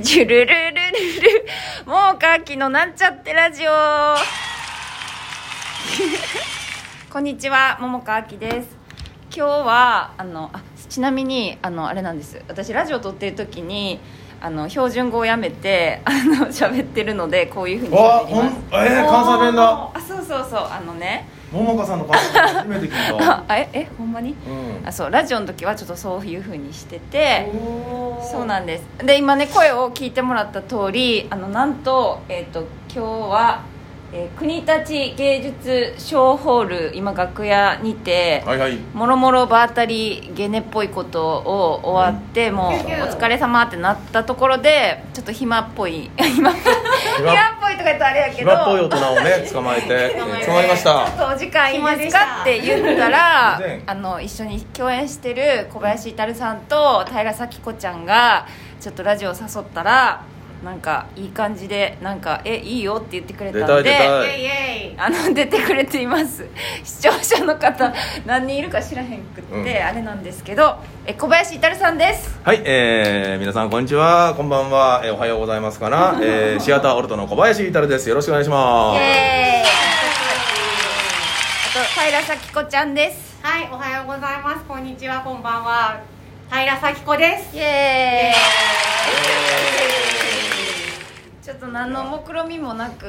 ジュルルルルルもうかきのなんちゃってラジオこんにちは桃川あきです今日はあのあちなみにあのあれなんです私ラジオ撮ってる時にあの標準語をやめてあの喋ってるのでこういうふうに喋りますあほんえー関西弁だおーあそうそうそうあのね桃香さんのパスタ初めて聞いたあええほんまにうんあそうラジオの時はちょっとそういうふうにしてておーそうなんですで今ね声を聞いてもらった通りあのなんと,、えー、と今日は、えー国立芸術小ホール今楽屋にて、はいはいもろもろ場当たりゲネっぽいことを終わって、もうお疲れ様ってなったところでちょっと暇っぽい 暇っぽい暇暇っぽいとか言ったらあれやけど暇っぽい大人をね捕まえてえ捕ーまえて捕まりましちたょっとお時間いいですかって言った ら全然あの一緒に共演してる小林至さんと平咲子ちゃんがちょっとラジオ誘ったらなんかいい感じでなんかえいいよって言ってくれたんで出たい出たはいイエイイエイあの出てくれています視聴者の方何人いるか知らへんくって、うんあれなんですけどえ小林至さんですはい、えー、皆さんこんにちはこんばんは、えーおはようございますかな、えー、シアターオルトの小林いたるですよろしくお願いしまイすエーイあと平咲子ちゃんですはいおはようございますこんにちはこんばんは平咲子ですイエーえイちょっと何の目論みもなく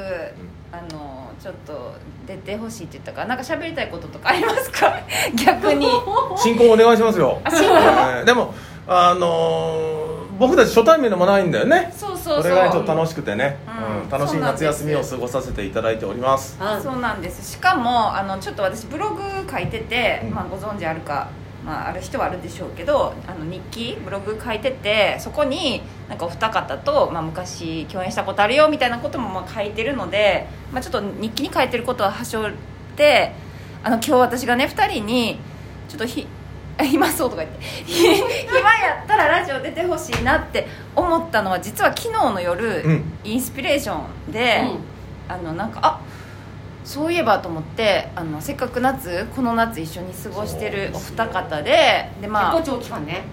あのちょっと出てほしいって言ったからなんか喋りたいこととかありますか 逆にー進行お願いしますよ、えあ進行ーでもあのー、僕たち初対面でもないんだよねそうそうそうこれがねちょっと楽しくてね、うんうん楽しい夏休みを過ごさせていただいておりますうそうなんですしかもあのちょっと私ブログ書いてて、うんまあ、ご存知あるか、まあ、ある人はあるでしょうけどあの日記ブログ書いててそこになんかお二方と、まあ、昔共演したことあるよみたいなこともまあ書いてるので、まあ、ちょっと日記に書いてることははしょってあの今日私がね2人にちょっとひ 暇そうとか言って ひ暇やったらラジオ出てほしいなって思ったのは実は昨日の夜、うんインスピレーションで、あのなんかあそういえばと思ってあのせっかく夏この夏一緒に過ごしてるお二方ででまあ結構長期間ね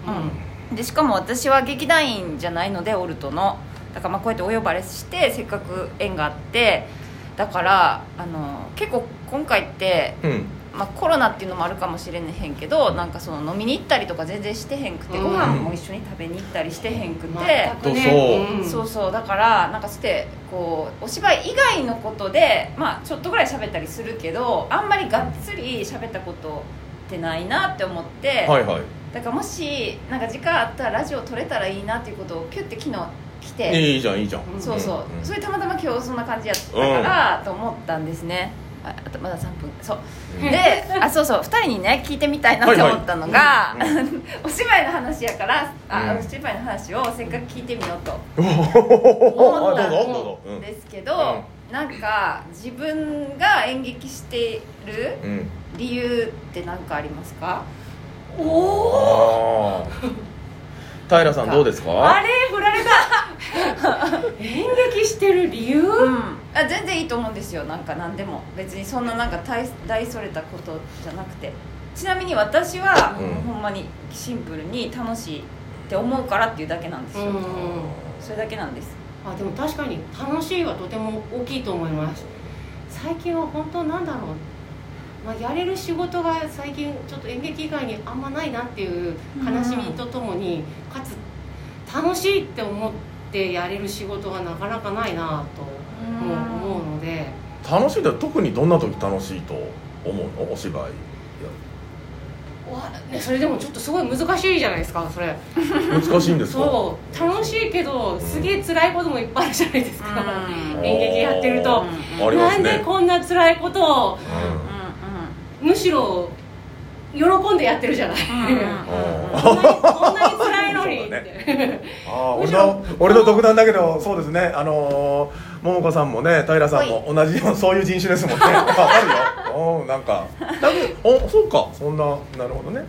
うん、でしかも私は劇団員じゃないのでオルトのだからまあこうやってお呼ばれしてせっかく縁があってだからあの結構今回って、うんまあ、コロナっていうのもあるかもしれへんけどなんかその飲みに行ったりとか全然してへんくて、うんご飯も一緒に食べに行ったりしてへんくて、どうぞそうそうだからなんかしてこうお芝居以外のことで、まあ、ちょっとぐらい喋ったりするけどあんまりがっつり喋ったことってないなって思って、はいはいだからもしなんか時間あったらラジオ撮れたらいいなっていうことをキュッて昨日来て、いいじゃんいいじゃんうんそうそう、うんそれたまたま今日そんな感じやったからと思ったんですねああとまだ3分そううんであそうそう2人にね聞いてみたいなって思ったのが、はいは お芝居の話やからあ、うんお芝居の話をせっかく聞いてみようと。おお思ったどうぞどうぞですけど、なんか自分が演劇してるうん、うん、理由って何かありますかおおあー平さんどうですあかれ振られた演劇してる理由うんあ全然いいと思うんですよなんか何でも別にそんななんか大大それたことじゃなくてちなみに私は、うんほんまにシンプルに楽しいって思うからっていうだけなんですよ、それだけなんですあでも確かに楽しいはとても大きいと思います最近は本当なんだろう、まあ、やれる仕事が最近ちょっと演劇以外にあんまないなっていう悲しみとともに、かつ楽しいって思ってやれる仕事がなかなかないなともう思うので楽しいって特にどんな時楽しいと思うのお芝居やわねそれでもちょっとすごい難しいじゃないですかそれる難しいんですかそう楽しいけどすげえ辛いこともいっぱいあるじゃないですか、うん演劇やってるあと、ありますなんねでこんな辛いことをうんうんむしろ喜んでやってるじゃない、うんうんうんこんなにこんなに辛いのにって、ああむ俺しろの俺の独断だけどそうですねあのー、桃子さんもね平さんも同じようなそういう人種ですもんねわかるようんなんか多分おそうかそんななるほどね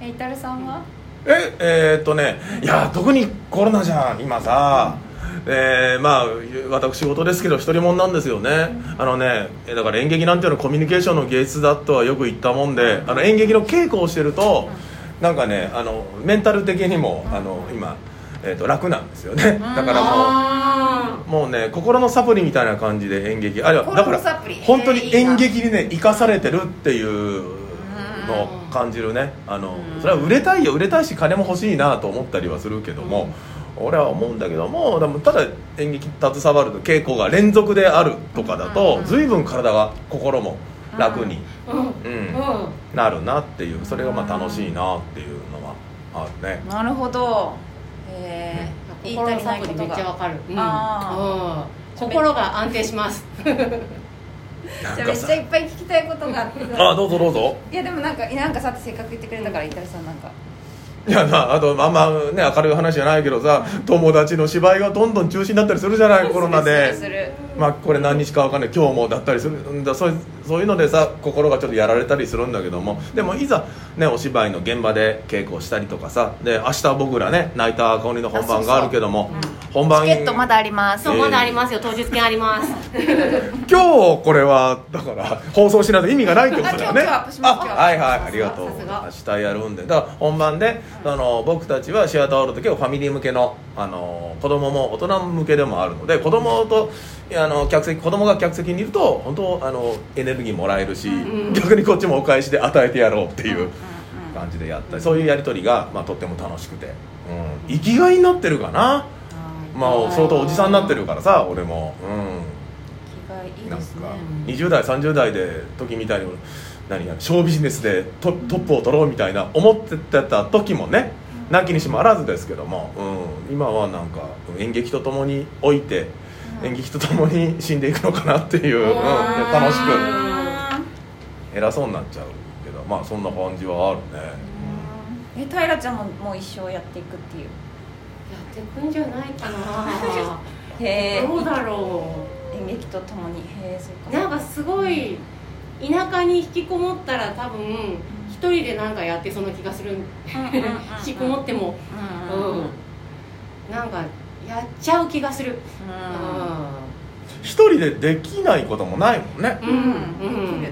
えいたるさんはええーっとねいや特にコロナじゃん今さえーまあ私事ですけど一人もんなんですよねあのねえだから演劇なんていうのはコミュニケーションの芸術だとはよく言ったもんであの演劇の稽古をしてるとなんかねあのメンタル的にもあの今えー、と楽なんですよねだからもうあもうね心のサプリみたいな感じで演劇あれは心だのからサプリ本当にえーいいな演劇にね生かされてるっていうのを感じるねあのそれは売れたいよ売れたいし金も欲しいなと思ったりはするけども、俺は思うんだけどもでもただ演劇携わると稽古が連続であるとかだとうん随分体が心も楽に、ーうんううんんはなるなっていうそれがまあ楽しいなっていうのはあるね。なるほどえー、言い心たのりなサいプこリとめっちゃがわかる、うんあうん心が安定しますじなゃんあめかっちさゃいっぱい聞きたいことがあってあどうぞどうぞいやでもなんかなんかさってせっかく言ってくれたからイタリさんなんかいやまああとあんまね明るい話じゃないけどさ友達の芝居がどんどん中止になったりするじゃないコロナするすでるまあこれ何日かわかんない今日もだったりするんだそういうそういうのでさ心がちょっとやられたりするんだけどもでもいざねお芝居の現場で稽古をしたりとかさで明日僕らね泣いた香りの本番があるけども本チ番ケットまだありますえそうーまだありますよ当日券あります今日これはだから放送しないと意味がないってことだよねあ今日今日アップしますあ今日はいはいありがとうさ明日やるんでだから本番であの僕たちはシアターオールド今日ファミリー向けのあの子供も大人向けでもあるので子供とあの客席子供が客席にいると本当あのエネルギーもらえるし、うん逆にこっちもお返しで与えてやろうっていううんうん感じでやったりそういうやり取りが、まあ、とっても楽しくて、うん、生きがいになってるかな、まあ、相当おじさんになってるからさ俺もうん。着替えいいなんですねか20代30代で時みたいに何やショービジネスでトトップを取ろうみたいな思ってた時もねなきにしもあらずですけども、うん、今はなんか演劇とともに老いて演劇とともに死んでいくのかなっていう、うん、うわー楽しくく偉そうになっちゃうけどまあそんな感じはあるねうんえ平ちゃんももう一生やっていくっていうやってくんじゃない かなへえどうだろ演劇とともにへえそううかなんかすごい田舎に引きこもったら多分一人でなんかやってそうな気がするうんうんうんうん引きこもってもうんうんうんうんうんなんかやっちゃう気がするう一人でできないこともないもんねんうんうんうんできると思い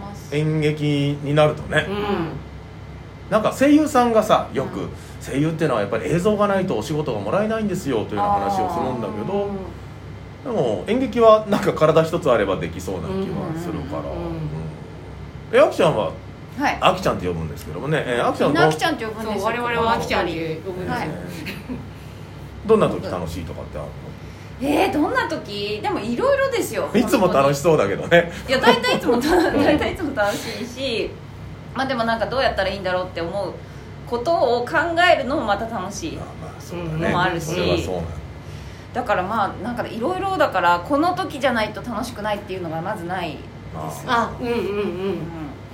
ます演劇になるとね、うんなんか声優さんがさようくん声優ってのはやっぱり映像がないとお仕事がもらえないんですよというような話をするんだけどでも演劇はなんか体一つあればできそうな気はするからうんうんうんうんえアキちゃんははいアキちゃんって呼ぶんですけどもねえーアキちゃみんんどなあきちゃんって呼ぶんそですうよ我々はあきちゃんに呼ぶんですよはい どんな時楽しいとかってあるえー、どんな時でもいろいろですよのいつも楽ししそうだけどねいいや大体いつもた大体いつも楽しいしまあでもなんかどうやったらいいんだろうって思うことを考えるのもまた楽しいまあまあそううだんねのもあるしそれはそうなんだだからまあなんかいろいろだからこの時じゃないと楽しくないっていうのがまずない、まああうんうんうんうん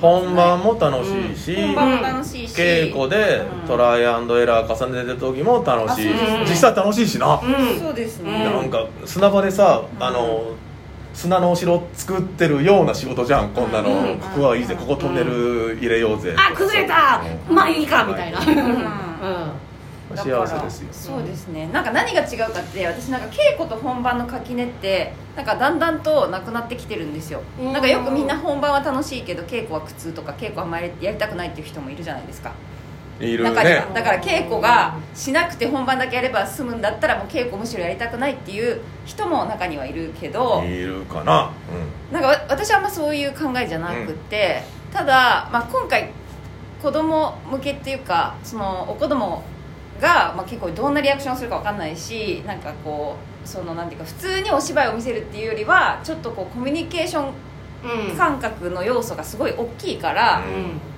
本番も楽しいし本番も楽しいし稽古でうんトライアンドエラー重ねてる時も楽しいあそうですね実際楽しいしなうんそうですうんね、なんか砂場でさうんあの砂のお城作ってるような仕事じゃんこんなうのんここはいいぜここトンネル入れようぜあ崩れたうんまあいいかみたいなうんだから幸せですよそうですねなんか何が違うかって私なんか稽古と本番の垣根ってなんかだんだんとなくなってきてるんですようんなんかよくみんな本番は楽しいけど稽古は苦痛とか稽古はあんまりやりたくないっていう人もいるじゃないですかいる中にはねだから稽古がしなくて本番だけやれば済むんだったらもう稽古むしろやりたくないっていう人も中にはいるけどいるかななんかわ私はあんまそういう考えじゃなくて、ただ、まあ、今回子供向けっていうかそのお子供が、まあ、結構どんなリアクションするかわかんないしなんかこうそのなんていうか普通にお芝居を見せるっていうよりはちょっとこうコミュニケーション感覚の要素がすごい大きいから、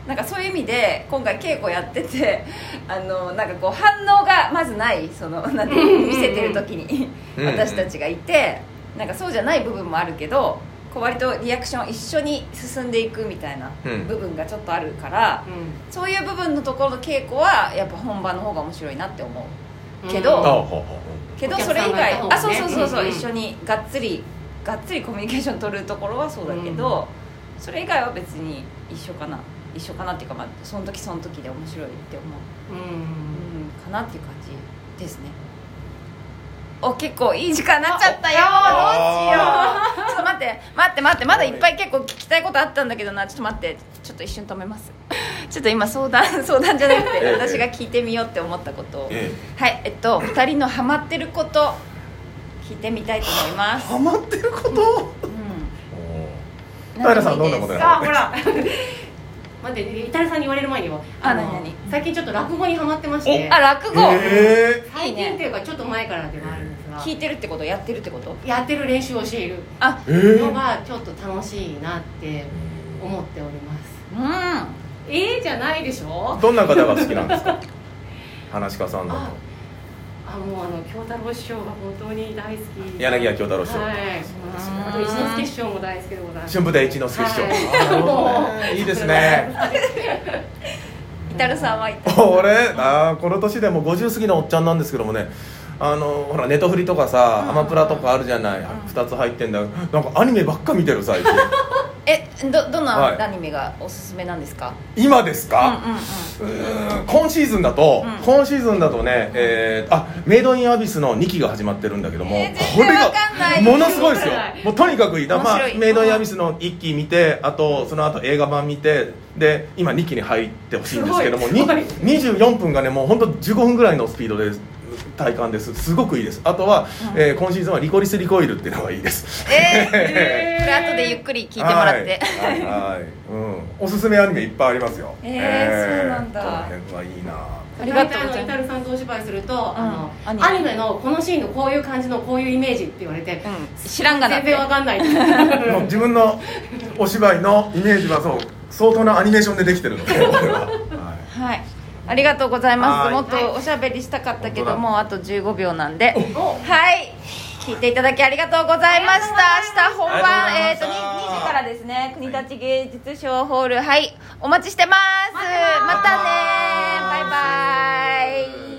なんかそういう意味で今回稽古やっててあのなんかこう反応がまずないそのなんていうの 見せてる時にうんうん私たちがいてなんかそうじゃない部分もあるけどこう割とリアクション一緒に進んでいくみたいなうん部分がちょっとあるからそういう部分のところの稽古はやっぱ本番の方が面白いなって思うけどうんあほううんほうほけどお客そさんがれ以外いた方あがそうねそうそうそううんうん一緒にがっつりがっつりコミュニケーション取るところはそうだけどそれ以外は別に一緒かな一緒かなっていうかまあその時その時で面白いって思ううんうんかなっていう感じですねお結構いい時間になっちゃったよあどうしようちょっと待って待って待ってまだいっぱい結構聞きたいことあったんだけどなちょっと待ってちょっと一瞬止めます ちょっと今相談 相談じゃなくてええ私が聞いてみようって思ったことをえはいえっと2人のハマってること聞いてみたいと思います、ハマってることうん、平さんどんなことやあほら待ってイタリアさんに言われる前にはあの何々最近ちょっと落語にハマってましてあ落語、ええ最近っていうかちょっと前からではあるんですが聞いてるってことやってるってことやってる練習をしているあええのがちょっと楽しいなって思っておりますうええじゃないでしょどんな方が好きなんですか 話し家さんだあとあもうあの京太郎師匠が本当に大好き柳家京太郎師匠はいあと一之輔師匠も大好きでございます春風亭一之輔師匠、はいなるほどねいいですねんイタルさんはいた 俺あーこの年でもう50過ぎのおっちゃんなんですけどもねあのほらネトフリとかさ、アマプラとかあるじゃない、2つ入ってんだなんかアニメばっか見てる最近えどどんはいなアニメがおすすめなんですか、今ですうんか、うんうんうーん今シーズンだと、うん今シーズンだとね、えーあメイドインアビスの2期が始まってるんだけども、えー全こ然れがわかんないものすごいですよわかんないもうとにかくいいだまあ面白いメイドインアビスの1期見てあとその後映画版見てで今2期に入ってほしいんですけどもすごにい24分がねもう本当15分ぐらいのスピードで体感ですすごくいいですあとは、えー今シーズンはリコリスリコイルっていうのがいいです ええー、これ後でゆっくり聞いてもらって、はいはいはいうん、おすすめアニメいっぱいありますよえーそうなんだこの辺はいいなありがとうござい大体あのイまタすルさんとお芝居すると、あのアアニニメメのこのシーンのこういう感じのこういうイメージって言われて、うん知らんがなっ全て然わかん ないもう自分のお芝居のイメージはそう相当なアニメーションでできてるので俺は、はいはいありがとうございますもはっとおしゃべりしたかったけどもうあと15秒なんではい聞いていただきありがとうございました明日本番あえりっ、とがとう 2, ございました時からですね国立芸術賞ホールはいお待ちしてますまたねバイバイ